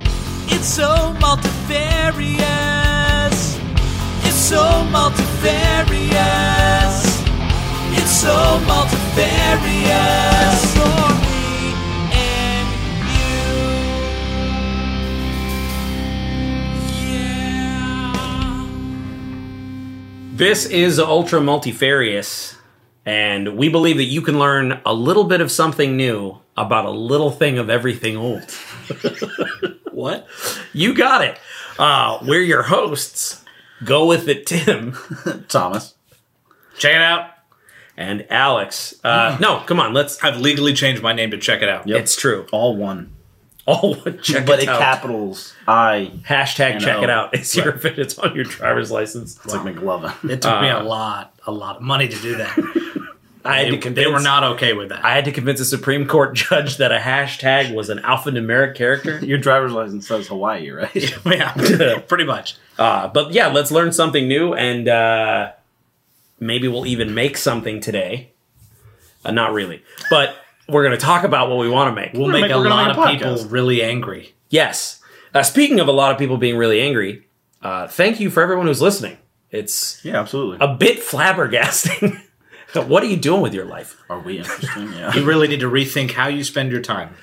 It's so multifarious. It's so multifarious. It's so multifarious. For me and you. Yeah. This is Ultra Multifarious, and we believe that you can learn a little bit of something new about a little thing of everything old. what? You got it. Uh, we're your hosts. Go with it, Tim. Thomas. Check it out. And Alex. Uh, no, come on. Let's. I've legally changed my name to check it out. It's true. All one. Oh, check but it it out. capitals I. Hashtag check oh, it out. It's your if it's on your driver's license. It's like McLovin. It Uh, took me a lot, a lot of money to do that. I had They- to convince, they were not okay with that. I had to convince a Supreme Court judge that a hashtag was an alphanumeric character. Your driver's license says Hawaii, right? yeah, pretty much. Uh, but yeah, let's learn something new, and uh, maybe we'll even make something today. Uh, not really, but we're going to talk about what we want to make. We'll gonna make, make- a we're gonna lot make a of people podcast. really angry. yes. Uh, speaking of a lot of people being really angry, uh, thank you for everyone who's listening. It's yeah, absolutely. a bit flabbergasting. what are you doing with your life? Are we interesting? Yeah. You really need to rethink how you spend your time.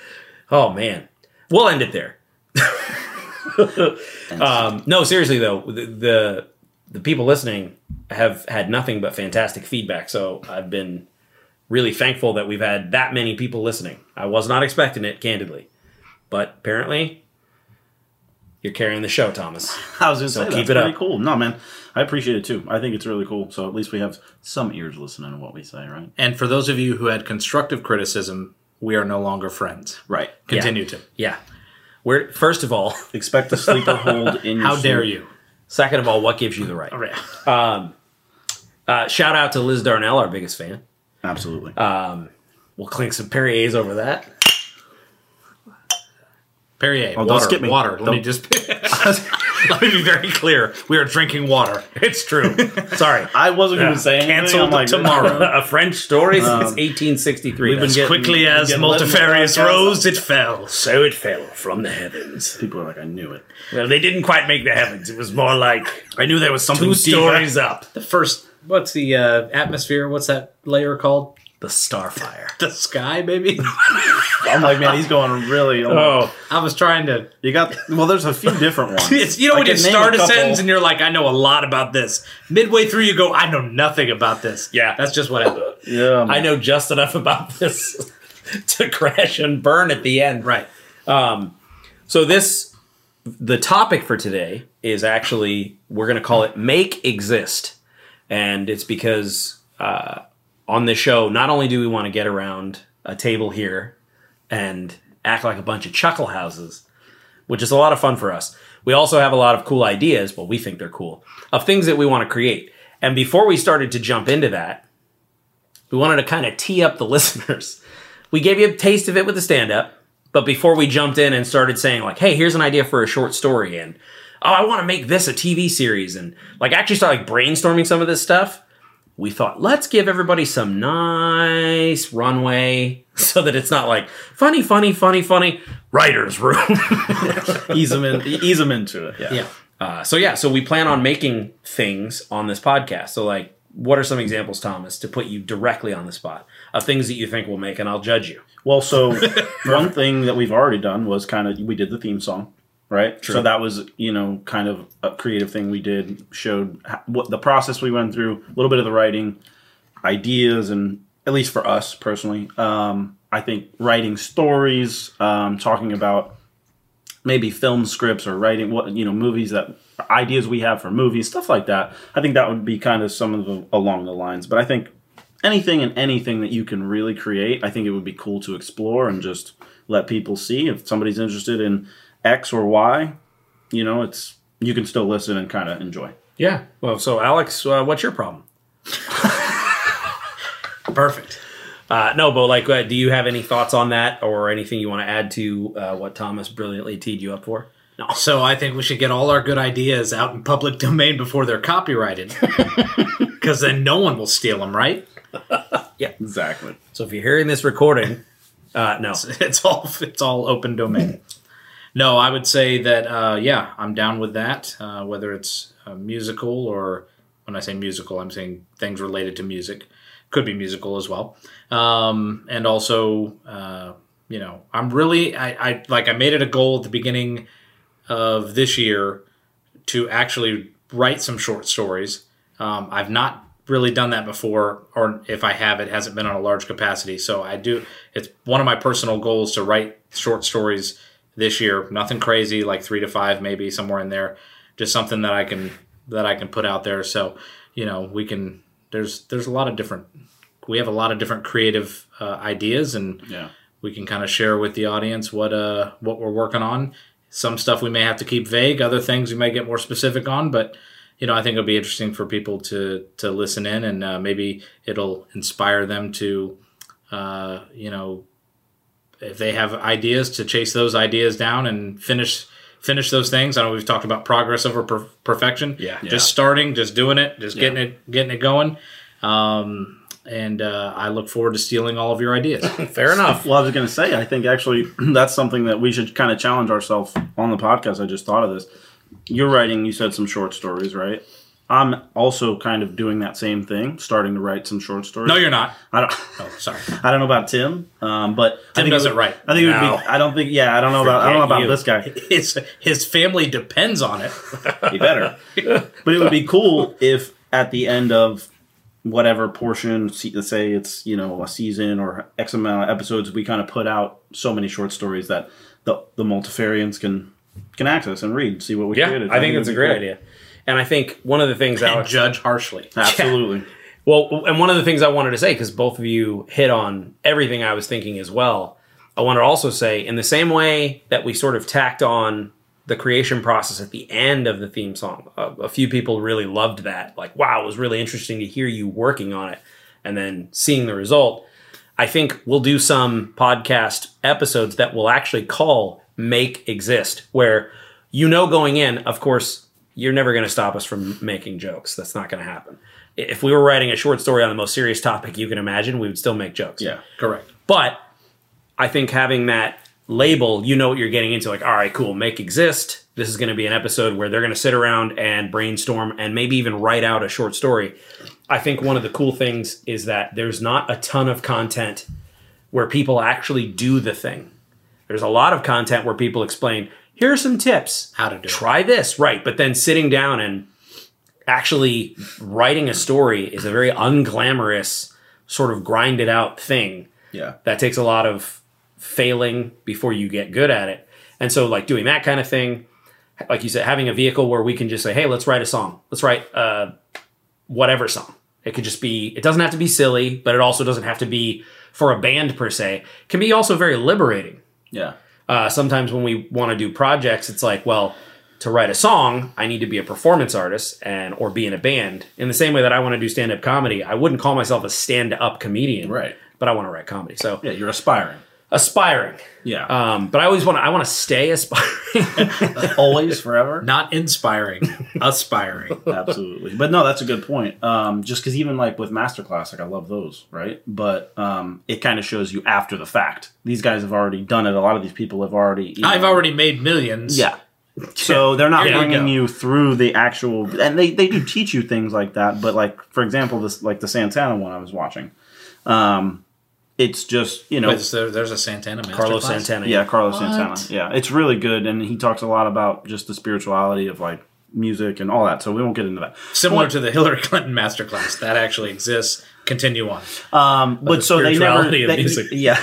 Oh man, we'll end it there. um, no, seriously though, the, the the people listening have had nothing but fantastic feedback. So I've been really thankful that we've had that many people listening. I was not expecting it, candidly, but apparently you're carrying the show, Thomas. I was going to say, keep that's it up. pretty cool. No, man. I appreciate it too. I think it's really cool. So at least we have some ears listening to what we say, right? And for those of you who had constructive criticism, we are no longer friends. Right. Continue to. Yeah. We're, first of all, Expect a sleeper hold in your How sleep. dare you? second of all, what gives you the right? Right. Uh, shout out to Liz Darnell, our biggest fan. Absolutely. We'll clink some Perrier's over that. Perrier, Oh, don't water, skip me. water. Let me Don't- just let me be very clear. We are drinking water. It's true. Sorry. I wasn't going to say anything. Cancelled I'm like, tomorrow. a French story since Um, 1863. As That's quickly getting as let in the multifarious podcast. rose, it fell. So it fell from the heavens. People are like, I knew it. Well, they didn't quite make the heavens. It was more like I knew there was something two deeper. stories up. The first, what's the uh, atmosphere? What's that layer called? The starfire. The sky, maybe. I'm like, man, he's going really. Oh, I was trying to. You got well. There's a few different ones. It's, you know I when can you name start a, couple. sentence and you're like, I know a lot about this. Midway through, you go, I know nothing about this. Yeah. that's just what happened. yeah, I know just enough about this to crash and burn at the end. Um, right. So this, the topic for today is actually we're going to call it "Make Exist," and it's because uh, on this show, not only do we want to get around a table here and act like a bunch of chuckle houses, which is a lot of fun for us. We also have a lot of cool ideas, well, we think they're cool, of things that we want to create. And before we started to jump into that, we wanted to kind of tee up the listeners. We gave you a taste of it with the stand up, but before we jumped in and started saying, like, hey, here's an idea for a short story, and oh, I want to make this a TV series, and like actually start like brainstorming some of this stuff, we thought, let's give everybody some nice runway so that it's not like funny, funny, funny, funny, writer's room. ease them in, ease them into it. Yeah. Yeah. Uh, so yeah, so we plan on making things on this podcast. So like, what are some examples, Thomas, to put you directly on the spot of things that you think we'll make, and I'll judge you. Well, so one thing that we've already done was kind of we did the theme song, right? So that was you know kind of a creative thing we did showed ho- what the process we went through, a little bit of the writing, ideas, and at least for us personally, um, I think writing stories, um, talking about maybe film scripts or writing what you know movies that ideas we have for movies stuff like that i think that would be kind of some of the along the lines but i think anything and anything that you can really create i think it would be cool to explore and just let people see if somebody's interested in x or y you know it's you can still listen and kind of enjoy Yeah. Well, so Alex, uh, what's your problem? Perfect. Uh, no, but like, uh, do you have any thoughts on that, or anything you want to add to uh, what Thomas brilliantly teed you up for? So I think we should get all our good ideas out in public domain before they're copyrighted, because then no one will steal them. Right? exactly So if you're hearing this recording, uh, no, It's all it's all open domain. no, I would say that uh, yeah, I'm down with that. Uh, whether it's a musical or when I say musical, I'm saying things related to music. Could be musical as well, um, and also uh, you know I'm really I, I like I made it a goal at the beginning of this year to actually write some short stories. Um, I've not really done that before, or if I have, it hasn't been on a large capacity. So I do. It's one of my personal goals to write short stories this year. Nothing crazy, like three to five, maybe somewhere in there. Just something that I can that I can put out there. So you know, we can. There's there's a lot of different. We have a lot of different creative uh, ideas, and Yeah. we can kind of share with the audience what uh what we're working on. Some stuff we may have to keep vague, other things we may get more specific on, but you know, I think it'll be interesting for people to to listen in and uh, maybe it'll inspire them to uh, you know, if they have ideas to chase those ideas down and finish finish those things. I know we've talked about progress over per- perfection. Yeah. Just starting, just doing it, just getting it getting it going. Um and uh, I look forward to stealing all of your ideas. Fair enough. Well, I was going to say, I think actually that's something that we should kind of challenge ourselves on the podcast. I just thought of this. You're writing, you said some short stories, right? I'm also kind of doing that same thing, starting to write some short stories. no, you're not. I don't. Oh, sorry. I don't know about Tim, um, but Tim I think it doesn't would- write. I think it No. would be. I don't think. Yeah, I don't know about. I don't know about you. this guy. his his family depends on it. He better. but it would be cool if at the end of whatever portion, se- let's say it's you know a season or X amount of episodes, we kind of put out so many short stories that the the multifarians can can access and read, see what we Yeah, created. I think it that's a would be great cool. idea. And I think one of the things And Alex, judge harshly. Absolutely. well, and one of the things I wanted to say because both of you hit on everything I was thinking as well. I want to also say, in the same way that we sort of tacked on the creation process at the end of the theme song, a, a few people really loved that. Like, wow, it was really interesting to hear you working on it and then seeing the result. I think we'll do some podcast episodes that will actually call make exist, where you know going in, of course, you're never going to stop us from making jokes. That's not going to happen. I- If we were writing a short story on the most serious topic you can imagine, we would still make jokes. Yeah. Correct. But I think having that label, you know what you're getting into. Like, all right, cool, make exist. This is going to be an episode where they're going to sit around and brainstorm and maybe even write out a short story. I think one of the cool things is that there's not a ton of content where people actually do the thing. There's a lot of content where people explain, here are some tips. How to do it. Try this, right. But then sitting down and actually writing a story is a very unglamorous, sort of grinded out thing Yeah. that takes a lot of failing before you get good at it. And so, like doing that kind of thing, like you said, having a vehicle where we can just say, "Hey, let's write a song. Let's write uh, whatever song." It could just be. It doesn't have to be silly, but it also doesn't have to be for a band per se. It can be also very liberating. Yeah. Uh, sometimes when we want to do projects, it's like, well, to write a song, I need to be a performance artist and or be in a band. In the same way that I want to do stand up comedy, I wouldn't call myself a stand up comedian, Right. But I want to write comedy, so Yeah. You're aspiring. aspiring. Yeah. Um, but I always want to. I want to stay aspiring. Always, forever. Not inspiring, aspiring. Absolutely. But no, that's a good point. Um, just because even like with Masterclass, like I love those, right? But um, it kind of shows you after the fact. These guys have already done it. A lot of these people have already. you I've know- already made millions. Yeah. So they're not There you bringing go. you through the actual, and they, they do teach you things like that. But like for example, this like the Santana one I was watching. Um, it's just you know But there- there's a Santana. Carlos masterclass. Santana. yeah, Carlos What? Santana. Yeah, it's really good, and he talks a lot about just the spirituality of like music and all that. So we won't get into that. Similar to the Hillary Clinton masterclass that actually exists. Continue on. Um, but so they never, spirituality of they- music. yeah,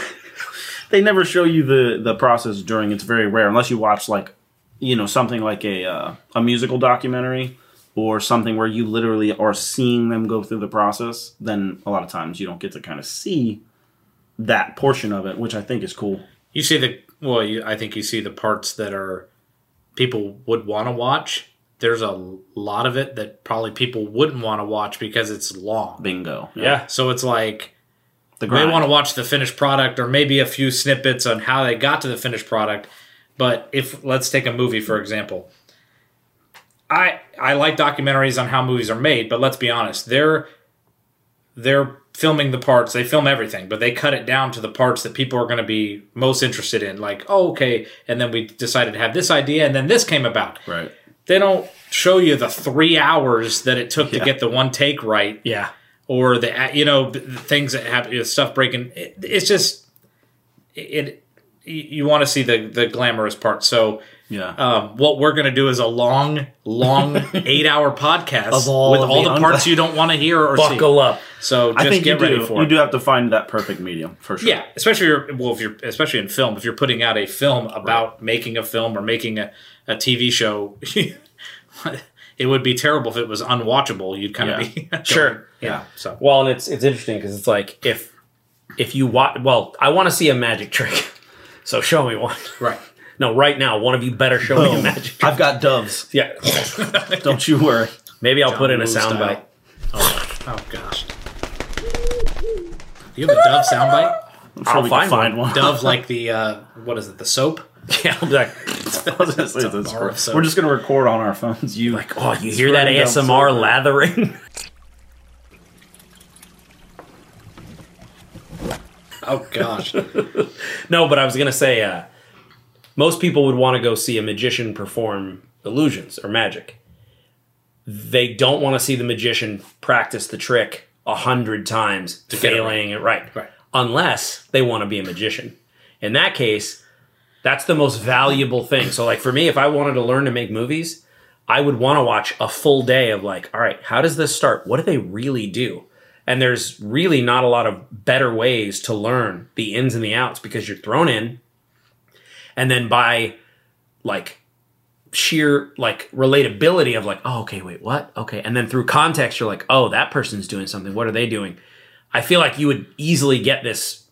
they never show you the the process during. It's very rare unless you watch like you know something like a uh, a musical documentary or something where you literally are seeing them go through the process. Then a lot of times you don't get to kind of see that portion of it, which I think is cool. You see the well. You, I think you see the parts that are people would want to watch. There's a lot of it that probably people wouldn't want to watch because it's long. Bingo. Yeah. So it's like the they grind. want to watch the finished product or maybe a few snippets on how they got to the finished product but if let's take a movie for example i i like documentaries on how movies are made but let's be honest they're they're filming the parts. They film everything, but they cut it down to the parts that people are going to be most interested in. Like, oh, okay, and then we decided to have this idea, and then this came about. Right. They don't show you the three hours that it took to get the one take right, Yeah. or the you know the the things that happen, you know, stuff breaking. It, it's just it. You you want to see the the glamorous part, so. Yeah. Um, what we're gonna do is a long, long eight-hour podcast Of all with of all the the, parts you don't want to hear or see. Buckle up. So just I think get you ready do. for you it. do have to find that perfect medium for sure. Yeah, especially if you're, well, if you're especially in film, if you're putting out a film about making a film or making a, a TV show, it would be terrible if it was unwatchable. You'd kind of Yeah. be Sure. yeah. So Well, and it's it's interesting because it's like if if you watch, well, I want to see a magic trick, so show me one. right, No, right now, one of you better show me a Boom. magic trick. I've got doves. Yeah, Don't you worry. maybe I'll put in a Woo style. soundbite. oh gosh, you have a dove soundbite. I'm sure I'll we find can find one. Dove like the uh, what is it? The soap. Yeah, I'll be like, I was gonna say this. bar of soap. We're just gonna record on our phones. You like, oh, you hear that ASMR lathering? Oh gosh, no, but I was gonna say, uh, most people would want to go see a magician perform illusions or magic. They don't want to see the magician practice the trick a hundred times, get it failing it right. Right. Unless they want to be a magician. In that case, that's the most valuable thing. So, like for me, if I wanted to learn to make movies, I would want to watch a full day of like, all right, how does this start? What do they really do? And there's really not a lot of better ways to learn the ins and the outs because you're thrown in. And then by like sheer like relatability of like, oh, okay, wait, what? Okay. And then through context, you're like, oh, that person's doing something. What are they doing? I feel like you would easily get this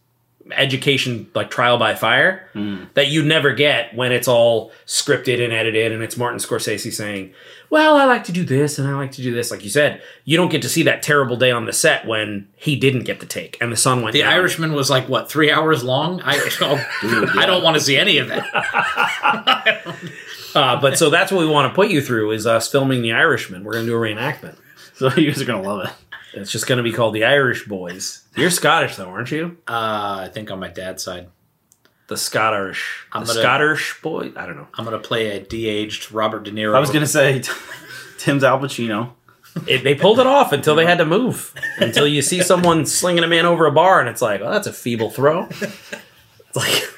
education like trial by fire that you never get when it's all scripted and edited and it's Martin Scorsese saying, "Well, I like to do this and I like to do this." Like you said, you don't get to see that terrible day on the set when he didn't get the take and the sun went the down. Irishman was like what three hours long. I oh, I don't want to see any of that. Uh, but so that's what we want to put you through is us filming The Irishman. We're going to do a reenactment. So you guys are gonna love it. It's just going to be called The Irish Boys. You're Scottish though, aren't you? Uh, I think on my dad's side. The Scottish, the I'm gonna- Scottish boy. I don't know. I'm gonna play a de-aged Robert De Niro. I was gonna say, Tim's Al Pacino. It, they pulled it off until they had to move. Until you see someone slinging a man over a bar, and it's like, oh, that's a feeble throw. It's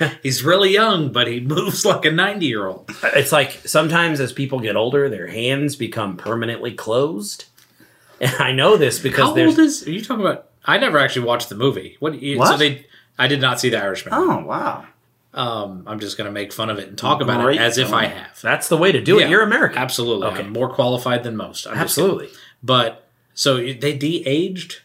like, He's really young, but he moves like a 90 year old. it's like sometimes as people get older, their hands become permanently closed. And I know this because How there's old is? Are you talking about? I never actually watched the movie. What? You, So What? they. I did not see The Irishman. Oh wow. Um, I'm just going to make fun of it and talk about Great it as if film. I have. that's the way to do Yeah, it. You're American, Absolutely. Okay. I'm more qualified than most. I'm just absolutely. kidding. But so you- they de-aged.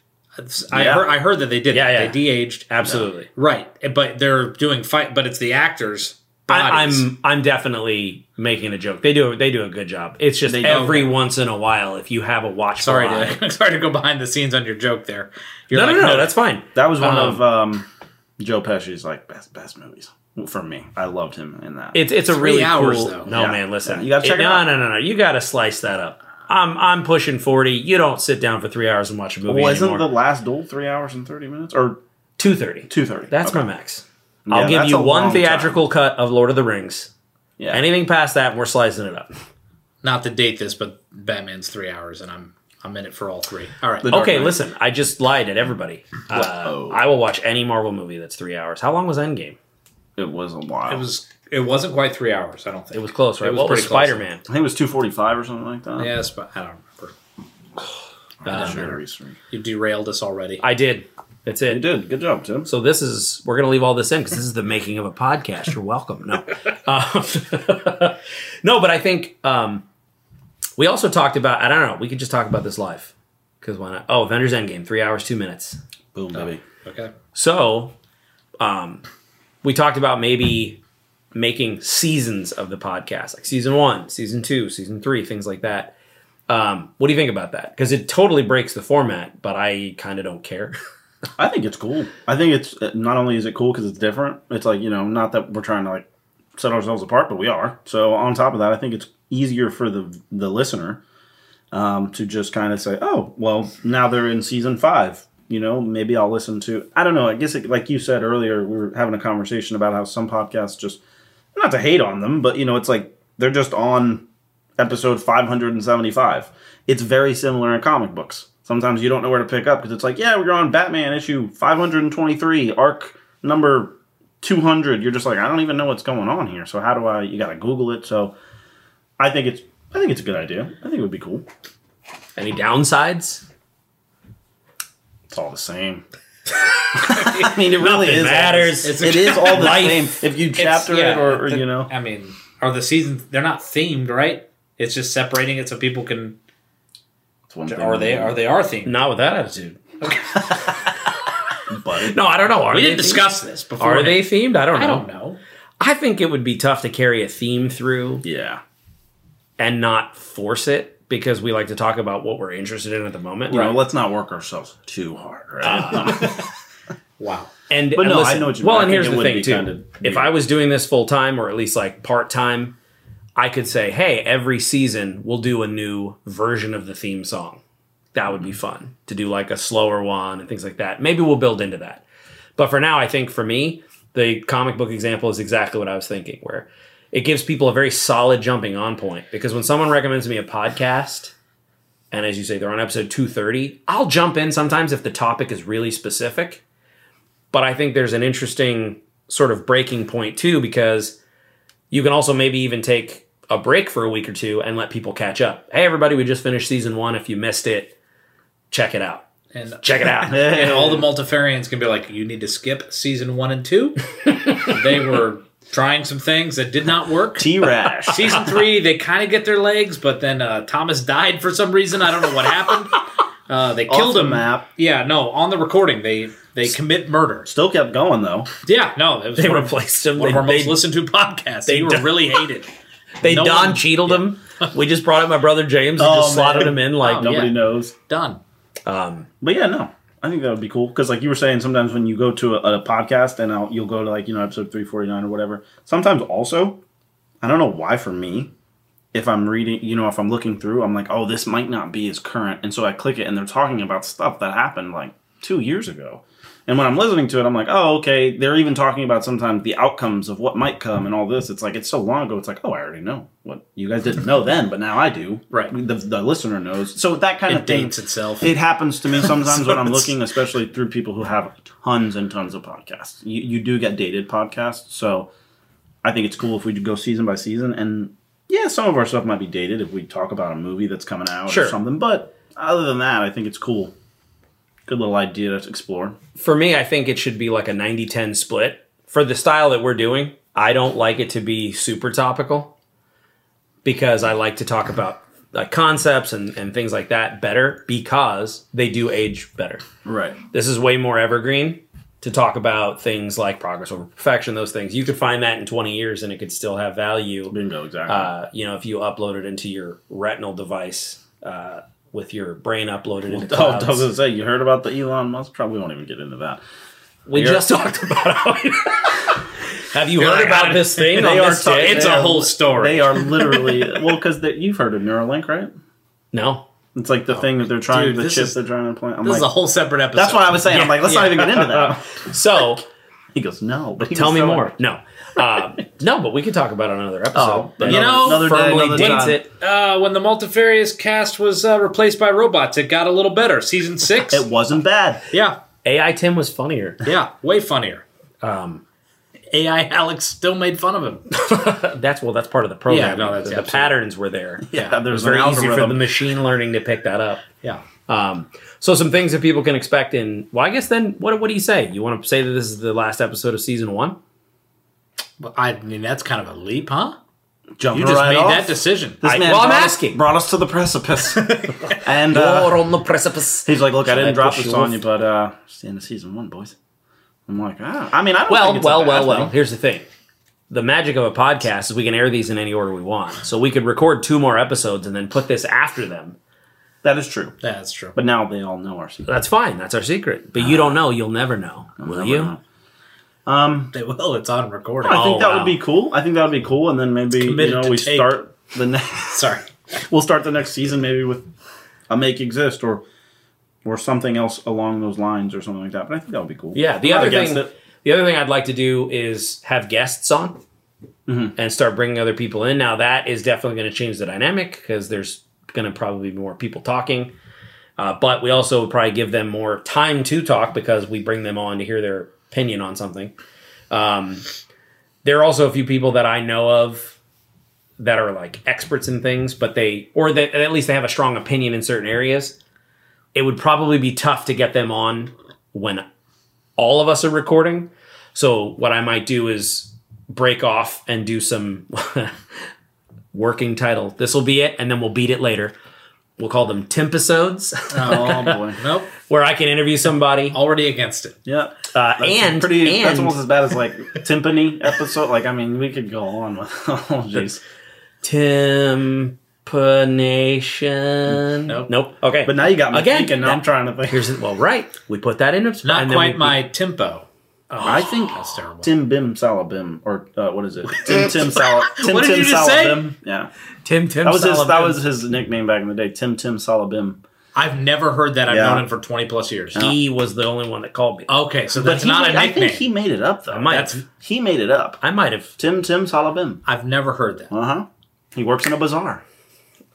I Yeah. heard. I heard that they did. Yeah, that. yeah. They de-aged. Absolutely. Right, but they're doing fight. But it's the actors. I, bodies. I'm I'm definitely making a joke. They do they do a good job. It's just They do. every once in a while, if you have a watch, sorry for eye- to sorry to go behind the scenes on your joke there. You're No, like, no, no, that's fine. That was one Um, of um, Joe Pesci's like best best movies for me. I loved him in that. It's it's a Three really hours, cool. though. No Yeah. man, listen. Yeah, you gotta check it no, out. No, no, no. You got to slice that up. I'm I'm pushing forty. You don't sit down for three hours and watch a movie wasn't anymore. the last duel three hours and thirty minutes or Two thirty. two thirty? That's okay. my max. I'll Yeah, give that's you a one long time. theatrical cut of Lord of the Rings. Yeah. Anything past that, we're slicing it up. not to date this, but Batman's three hours, and I'm I'm in it for all three. All right, The Oh, Dark Okay, Knight. listen. I just lied at everybody. Uh, Whoa. I will watch any Marvel movie that's three hours. How long was Endgame? It was a while. it was it wasn't quite three hours. I don't think It was close, right? was what was pretty close. Spider Man? I think it was two forty five or something like that. Yes, but I don't remember. I'm sure. research. You derailed us already. I did. That's You it. did good job, Tim. So this is we're gonna leave all this in because this is the making of a podcast. You're welcome. No, Uh, no, but I think um, we also talked about. I don't know. We could just talk about this live because why not? Oh, Avengers Endgame, three hours, two minutes. Boom, baby. Okay, So, um, we talked about maybe making seasons of the podcast, like season one, season two, season three, things like that. Um, what do you think about that? Because it totally breaks the format, but I kind of don't care. I think it's cool. I think it's uh, not only is it cool because it's different. It's like you know, not that we're trying to like set ourselves apart, but we are. So on top of that, I think it's easier for the the listener um, to just kind of say, oh, well, now they're in season five. you know, maybe I'll listen to. I don't know. I guess it, like you said earlier, we were having a conversation about how some podcasts just not to hate on them, but you know, it's like they're just on episode 575. It's very similar in comic books. Sometimes you don't know where to pick up because it's like, yeah, we're on Batman issue 523, arc number 200. You're just like, I don't even know what's going on here. So how do I? You got to Google it. So I think it's I think it's a good idea. I think it would be cool. Any downsides? It's all the same. I mean, it really Nothing is. matters. All the, it is all the same. If you chapter yeah, it or, or the- you know, I mean, are the seasons? They're not themed, right? It's just separating it so people can. it's one Or they are they are themed. Not with that attitude. But No, I don't know. Are we they didn't themed? discuss this before. Are they themed? I don't know. I don't know. I think it would be tough to carry a theme through yeah, and not force it because we like to talk about what we're interested in at the moment. you know, let's not work ourselves too hard, right? Uh-huh. Wow. And But and no, I listen, know what you mean. well, I and think here's it the would thing be too. kinda if weird. I was doing this full time or at least like part time, I could say, "Hey, every season we'll do a new version of the theme song." That would be fun to do like a slower one and things like that. Maybe we'll build into that. But for now, I think for me, the comic book example is exactly what I was thinking, where it gives people a very solid jumping on point because when someone recommends me a podcast, and as you say, they're on episode 230, I'll jump in sometimes if the topic is really specific. But I think there's an interesting sort of breaking point too because you can also maybe even take a break for a week or two and let people catch up. Hey, everybody, we just finished season one. If you missed it, check it out. And Check it out. and all the multifarians can be like, you need to skip season one and two. they were trying some things that did not work. T rash. season three, they kind of get their legs, but then uh, Thomas died for some reason. I don't know what happened. Uh, they killed the him. map. Yeah, no. On the recording, they they commit murder. Still kept going though. Yeah, no. It was They one, of- replaced him. one They, of our most they, listened to podcasts. They, they were done- really hated. they no Don one- Cheadled him. We just brought up my brother James and Oh, just slotted man. him in like Oh, Nobody yeah. knows. Done. um, But yeah, no, I think that would be cool because, like you were saying, sometimes when you go to a, a podcast and I'll, you'll go to like you know episode three forty nine or whatever. Sometimes also, I don't know why for me, if I'm reading, you know, if I'm looking through, I'm like, oh, this might not be as current, and so I click it and they're talking about stuff that happened like two years ago. And when I'm listening to it, I'm like, oh, okay. They're even talking about sometimes the outcomes of what might come and all this. It's like it's so long ago. It's like, oh, I already know what you guys didn't know then, but now I do. Right. The, the listener knows. So that kind It of thing dates itself. it happens to me sometimes So when I'm it's- looking, especially through people who have tons and tons of podcasts. You, you do get dated podcasts, so I think it's cool if we go season by season. And yeah, some of our stuff might be dated if we talk about a movie that's coming out Sure. or something. But other than that, I think it's cool. Good little idea to explore. for me, I think it should be like a 90 10 split. For the style that we're doing, I don't like it to be super topical because I like to talk about like concepts and, and things like that better because they do age better. Right. This is way more evergreen to talk about things like progress over perfection, those things. You could find that in 20 years and it could still have value Bingo. Exactly. uh, you know, if you upload it into your retinal device uh, with your brain uploaded into Oh, I was clouds. gonna say you heard about the Elon Musk. Probably won't even get into that. We You're- just talked about how. Have you heard like, about I- this thing? They on are this talking- day? it's they a are- whole story. They are literally well because you've heard of Neuralink, right? no. It's like the thing that they're trying, Oh, Dude, the this chip is- they're trying to plant. I'm this is a like, whole separate episode. That's what I was saying. I'm like, let's not even get into that. So He goes, no. But he tell was me so- more. No, uh, no, but we could talk about it on another episode. Oh, That you know, firmly another dates time. it. uh, when the multifarious cast was uh, replaced by robots, it got a little better. Season six. It wasn't bad. yeah, AI Tim was funnier. yeah, way funnier. Um, AI Alex still made fun of him. that's well, that's part of the program. Yeah, no, that's the absolutely- patterns were there. Yeah, it there's was an very easy for the algorithm. machine learning to pick that up. Yeah. Um, so some things that people can expect in. Well, I guess then, what what do you say? You want to say that this is the last episode of season one? Well, I mean, that's kind of a leap, huh? Jumping You just right made off. that decision. This I- man well, I'm brought us- asking. brought us to the precipice, and uh, You're on the precipice. he's like, "Look, I didn't I drop push this you on off? you, but uh, it's the end of season one, boys." I'm like, ah. I mean, I don't. Well, think it's a well, bad well, well. thing. Here's the thing. The magic of a podcast is we can air these in any order we want. So we could record two more episodes and then put this after them. That is true. Yeah, that's true. But now they all know our secret. That's fine. That's our secret. But you don't know. You'll never know. Will Never you? know. Um, They will. It's on recording. I think Oh, that wow. would be cool. I think that would be cool, and then maybe you Committed know to we tape. start the next. Sorry. we'll start the next season maybe with a make exist or or something else along those lines or something like that. But I think that would be cool. Yeah, the I'm other not against thing, it. the other thing I'd like to do is have guests on Mm-hmm. and start bringing other people in. Now that is definitely going to change the dynamic because there's going to probably be more people talking. Uh, but we also probably give them more time to talk because we bring them on to hear their opinion on something. Um, there are also a few people that I know of that are like experts in things, but they or that at least they have a strong opinion in certain areas. It would probably be tough to get them on when all of us are recording. So what I might do is break off and do some working title. This will be it, and then we'll beat it later. We'll call them Timpisodes, Oh boy. Nope. where I can interview somebody. Already against it. Yeah. Uh, and pretty and that's almost as bad as like timpani episode. Like I mean, we could go on with oh jeez. Timpanation. Nope. Nope. Okay. But now you got me Again, thinking. that- I'm trying to think. here's it. Well, right. We put that in. Not and then quite we- my tempo. I think oh, That's terrible. Tim Bim Salabim or uh, what is it? Tim Tim Sal Tim What did Tim you just say? Salabim. Yeah. Tim Tim. That was his that Sullivan. was his nickname back in the day. Tim Tim Salabim. I've never heard that. I've Yeah. known him for 20 plus years. He was the only one that called me. Okay, so that's he not made- a nickname. I think he made it up though. I might. that's- He made it up. I might have. Tim Tim Salabim. I've never heard that. Uh huh. He works in a bazaar.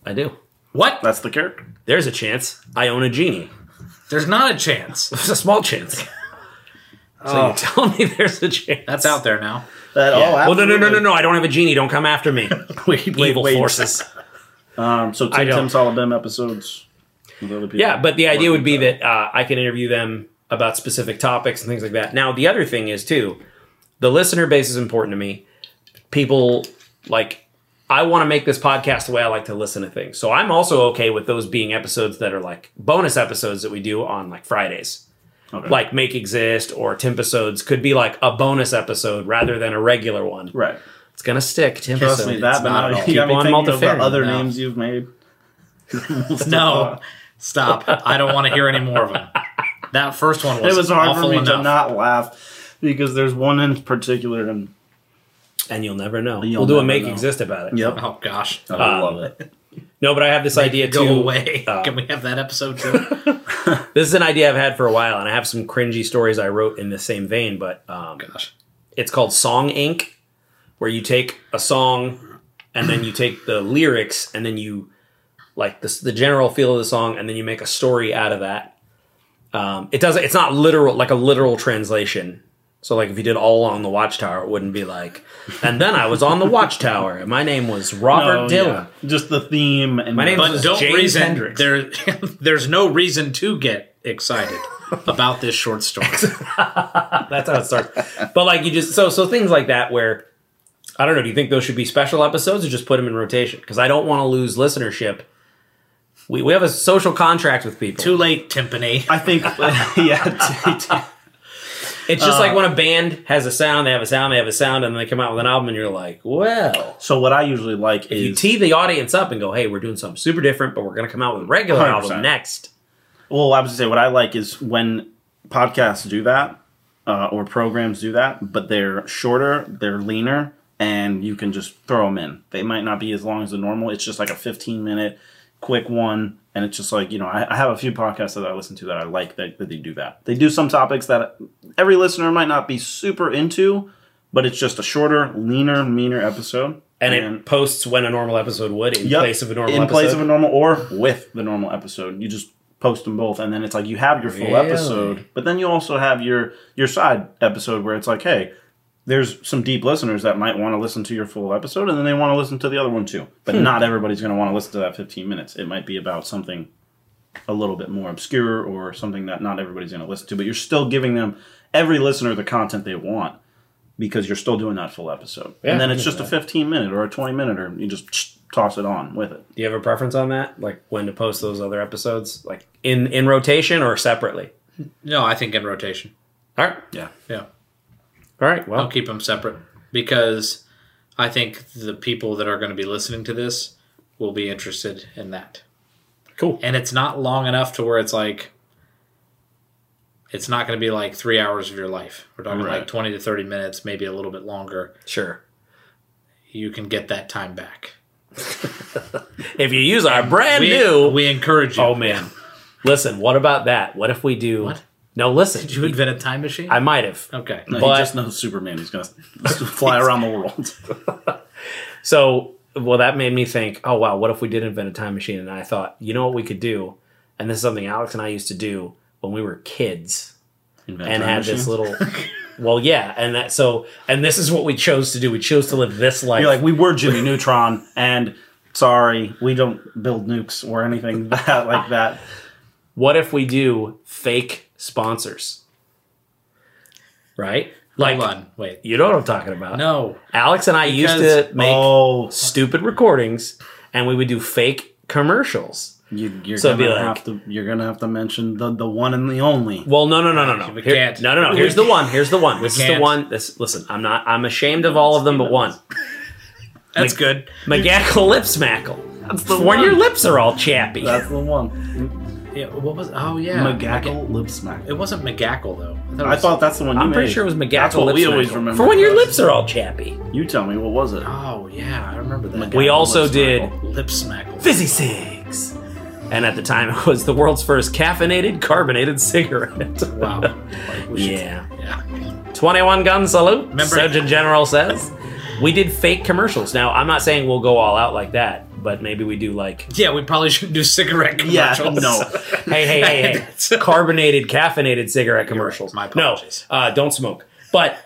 I do. What? That's the character. There's a chance. I own a genie. There's not a chance. There's a small chance. so Oh. you tell me there's a chance. That's out there now. That oh, Well, no, no, no, no, absolutely. no. I don't have a genie. Don't come after me. Wait, wait, Evil wait. forces. Um, so Tim don't. Tim Salabim episodes. With other people. Yeah, but the idea would be that uh, I can interview them about specific topics and things like that. Now, the other thing is too, the listener base is important to me. People like I want to make this podcast the way I like to listen to things. So I'm also okay with those being episodes that are like bonus episodes that we do on like Fridays. Okay. Like Make Exist or Tim episodes could be like a bonus episode rather than a regular one. right. It's gonna stick. Tim Trust me, that, but not now at all. you got me Keep on thinking of the multifaring, other no. names you've made. No, stop. I don't want to hear any more of them. That first one was, It was hard for awful me enough. to not laugh because there's one in particular, and and you'll never know. You'll we'll do a never make know. exist about it. yep, oh gosh, Uh, I love it. No, but I have this idea go too. away. uh, Can we have that episode too? This is an idea I've had for a while, and I have some cringy stories I wrote in the same vein, but um, Gosh. it's called Song Inc., where you take a song and then you take the lyrics and then you like the, the general feel of the song and then you make a story out of that. Um, it doesn't, it's not literal, like a literal translation. So, like, if you did All Along the Watchtower, it wouldn't be like, and then I was on the Watchtower, and my name was Robert Oh, Dylan. yeah. Just the theme and My name's- But This is don't James reason Hendricks. there. there's no reason to get excited about this short story. That's how it starts. but like you just so so things like that where I don't know. Do you think those should be special episodes or just put them in rotation? Because I don't want to lose listenership. We we have a social contract with people. Too late, timpani. I think, yeah, t- t- It's just uh, like when a band has a sound, they have a sound, they have a sound, and then they come out with an album, and you're like, well. So what I usually like You is tee the audience up and go, hey, we're doing something super different, but we're going to come out with a regular 100%. album next. well, I was gonna say what I like is when podcasts do that uh, or programs do that, but they're shorter, they're leaner, and you can just throw them in. They might not be as long as the normal. It's just like a fifteen minute quick one, and it's just like you know I, I have a few podcasts that I listen to that I like that, that they do that. They do some topics that every listener might not be super into, but it's just a shorter, leaner, meaner episode. And, it posts when a normal episode would in Yep. place of a normal in episode. place of a normal or with the normal episode. You just post them both, and then it's like you have your full Really? episode, but then you also have your your side episode where it's like, hey, there's some deep listeners that might want to listen to your full episode, and then they want to listen to the other one too. Hmm. But not everybody's going to want to listen to that 15 minutes. It might be about something a little bit more obscure or something that not everybody's going to listen to, but you're still giving them every listener the content they want. Because you're still doing that full episode, Yeah, and then I it's just a 15 minute or a 20 minute, or you just toss it on with it. Do you have a preference on that? Like when to post those other episodes? Like in, in rotation or separately? No, I think in rotation. All right. Yeah. Yeah. All right. Well, I'll keep them separate because I think the people that are going to be listening to this will be interested in that. Cool. And it's not long enough to where it's like, it's not going to be like three hours of your life. We're talking Right. like 20 to 30 minutes, maybe a little bit longer. Sure. You can get that time back. If you use our brand We, new, we encourage you. oh man, Listen, what about that? What if we do? What? No, listen. Did you invent a time machine? I might have. okay. No, But- he just knows Superman. He's gonna fly around the world. So, well, that made me think, oh, wow, what if we did invent a time machine? And I thought, you know what we could do? And this is something Alex and I used to do when we were kids Invent and time had this machine. little. Well, yeah, and that so, and this is what we chose to do. We chose to live this life. You're like, we were Jimmy Neutron, and sorry, we don't build nukes or anything that like that. what if we do fake sponsors? Right? Like, Hold on. Wait. you know what I'm talking about? No. Alex and I used Because- to make oh, stupid recordings, and we would do fake commercials. you, you're So it'd be gonna like- have to. You're gonna have to mention the the one and the only. Well, no, no, no, no, no. We Here- can't. No, no, no. We Here's the one. Here's the one. This is the can't. one. This. Listen, I'm not. I'm ashamed of all of them, but one. That's good. McGackle lipsmackle. That's the when your lips are all chappy. That's the one. Yeah, what was? Oh yeah. McGackle lip smack. It wasn't McGackle though. it I was- thought that's the one. You I'm pretty made. sure it was McGackle. That's what we lipsmackle. always remember. For when your lips are all chappy. You tell me what was it? Oh yeah, I remember that. We also did Lipsmackle. lip smackle. fizzy cigs, and at the time it was the world's first caffeinated carbonated cigarette. Wow. Like, we should- yeah. yeah. 21 gun salute, Remember- Surgeon General says. We did fake commercials. Now, I'm not saying we'll go all out like that, but maybe we do like Yeah, we probably shouldn't do cigarette Yeah, commercials. no. hey, hey, hey, hey. carbonated, caffeinated cigarette commercials. right. My apologies. No, uh, don't smoke. But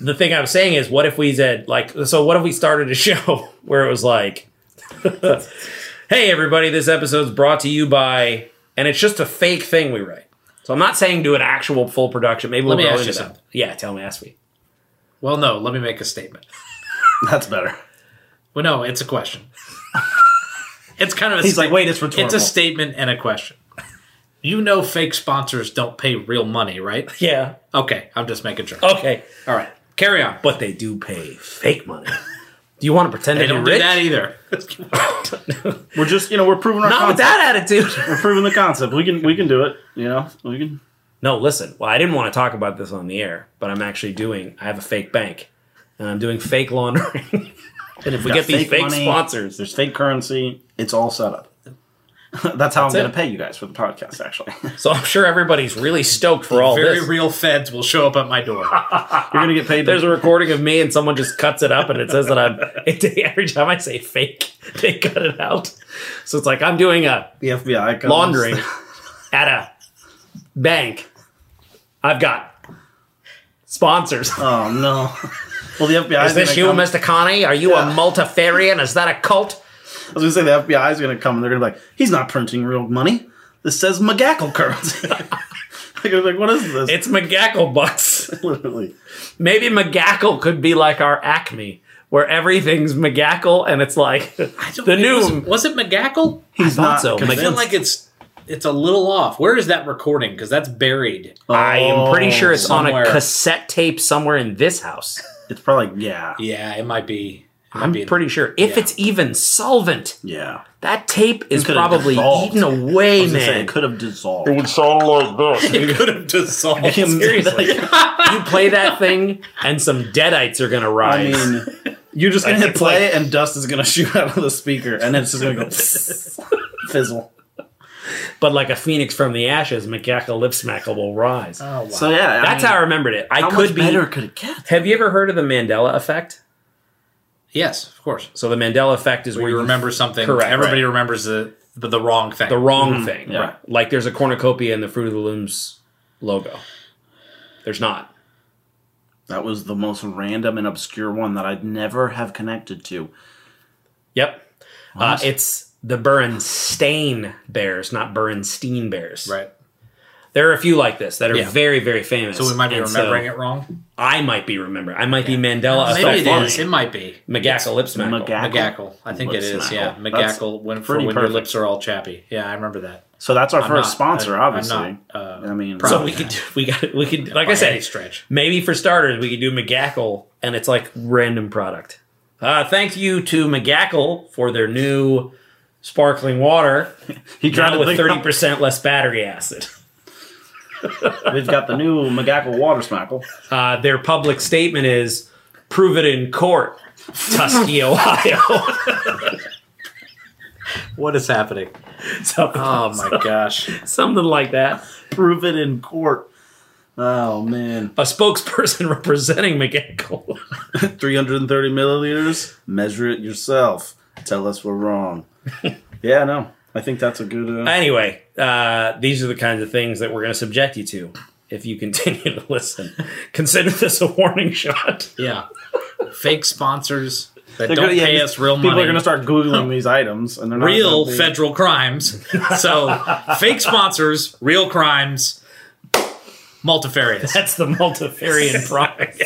the thing I'm saying is, what if we said, like, so what if we started a show where it was like, hey, everybody, this episode's brought to you by, and it's just a fake thing we write. So I'm not saying do an actual full production. Maybe we'll me go ask into you that. something. Yeah, tell me, ask me. Well, no. Let me make a statement. That's better. Well, no, it's a question. it's kind of a He's like, sta- wait, it's rhetorical. It's a statement and a question. You know, fake sponsors don't pay real money, right? Yeah. Okay, I'm just making sure. Okay. All right, carry on. But they do pay fake money. Do you want to pretend They that you're don't do rich? that either. we're just, you know, we're proving our Not with concept. that attitude. We're proving the concept. We can, we can do it. You know, we can. No, listen. Well, I didn't want to talk about this on the air, but I'm actually doing. I have a fake bank, and I'm doing fake laundering. And if we get these fake sponsors. there's fake currency. It's all set up. That's how I'm it. going to pay you guys for the podcast. Actually, you're so I'm sure everybody's really stoked for all Very this. real feds will show up at my door. going to get paid. There's a recording of me, and someone just cuts it up, and it says that I'm. It, every time I say fake, they cut it out. So it's like I'm doing a the FBI comes. laundering at a bank. I've got sponsors. Oh no. Well, the FBI Is this gonna you, come- Mr. Connie? Are you Yeah. a multifarian? Is that a cult? I was gonna say the FBI is gonna come and they're gonna be like, he's not printing real money. This says McGackle currency. They're gonna be like, what is this? It's McGackle Bucks. literally. Maybe McGackle could be like our Acme, where everything's McGackle and it's like the It was, new. was it McGackle? He's thought not so. I feel Vince. like it's it's a little off. Where is that recording? Because that's buried. Oh. I am pretty sure it's on somewhere. a cassette tape somewhere in this house. Oh. It's probably yeah, Yeah, it might be. It might I'm be pretty sure. If yeah. it's even solvent, yeah. that tape is could've probably dissolved. eaten away, I was gonna say, man. it could have dissolved. It could have dissolved. Seriously. you play that thing and some deadites are going to I rise. mean, you're just gonna Like, hit it's play and dust is gonna shoot out of the speaker, and it's just gonna go fizzle. but like a phoenix from the ashes, McGackle Lipsmackle will rise. Oh, wow. So yeah, I That's mean, how I remembered it. I How could much be. better could it get? Have you ever heard of the Mandela effect? yes, of course. So the Mandela effect is where We you remember something. Correct. Everybody remembers the, the the wrong thing. the wrong thing. yeah. Right. Like there's a cornucopia in the Fruit of the Looms logo. There's not. That was the most random and obscure one that I'd never have connected to. Yep. Uh, it's the Berenstain Bears, not Berenstein Bears. right. There are a few like this that are Yeah. very, very famous. So we might be And remembering so it wrong. I might be remembering. I might be Mandela Maybe effect. it is. It might be McGackle Lipsmackle. McGackle. McGackle. I think it is. Lipsmackle. Yeah, That's McGackle. When for pretty when perfect. your lips are all chappy. Yeah, I remember that. So that's our I'm first not- sponsor, I- I'm obviously. not, uh, I mean, proud So of we that. could do, we got we could like By I any said stretch. maybe for starters we could do McGackle and it's like random product. Uh, thank you to McGackle for their new sparkling water. he Not tried to with think- thirty percent less battery acid. We've got the new McGackle Water Smackle. Uh, their public statement is prove it in court, Tuskegee, Ohio. What is happening? something, Oh my gosh. something like that. prove it in court. Oh man, A spokesperson representing McEnkle. 330 milliliters. Measure it yourself. Tell us we're wrong. yeah, no, I think that's a good. Uh, anyway, uh, these are the kinds of things that we're going to subject you to if you continue to listen. Consider this a warning shot. Yeah. Fake sponsors that They're don't gonna- yeah, pay these- us real people money. are going to start googling these items, and they're not real gonna be- federal crimes. So fake sponsors, real crimes, multifarious. That's the multifarian product.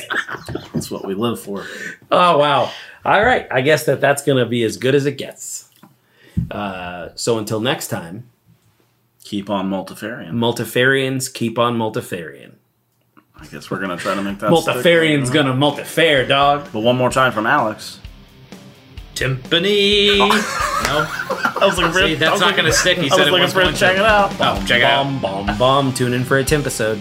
That's what we live for. Oh wow! All right, I guess that that's going to be as good as it gets. Uh, so until next time, Keep on multifarian. multifarians keep on multifarian. I guess we're going to try to make that. stick. Multifarian's gonna multifare, dog. But one more time from Alex. Timpani. no, I was like, see, that's not going to stick. He I said was it looking was for it. going Check it to. out. Oh, check it out. Bomb, bomb, bomb. Tune in for a temp episode.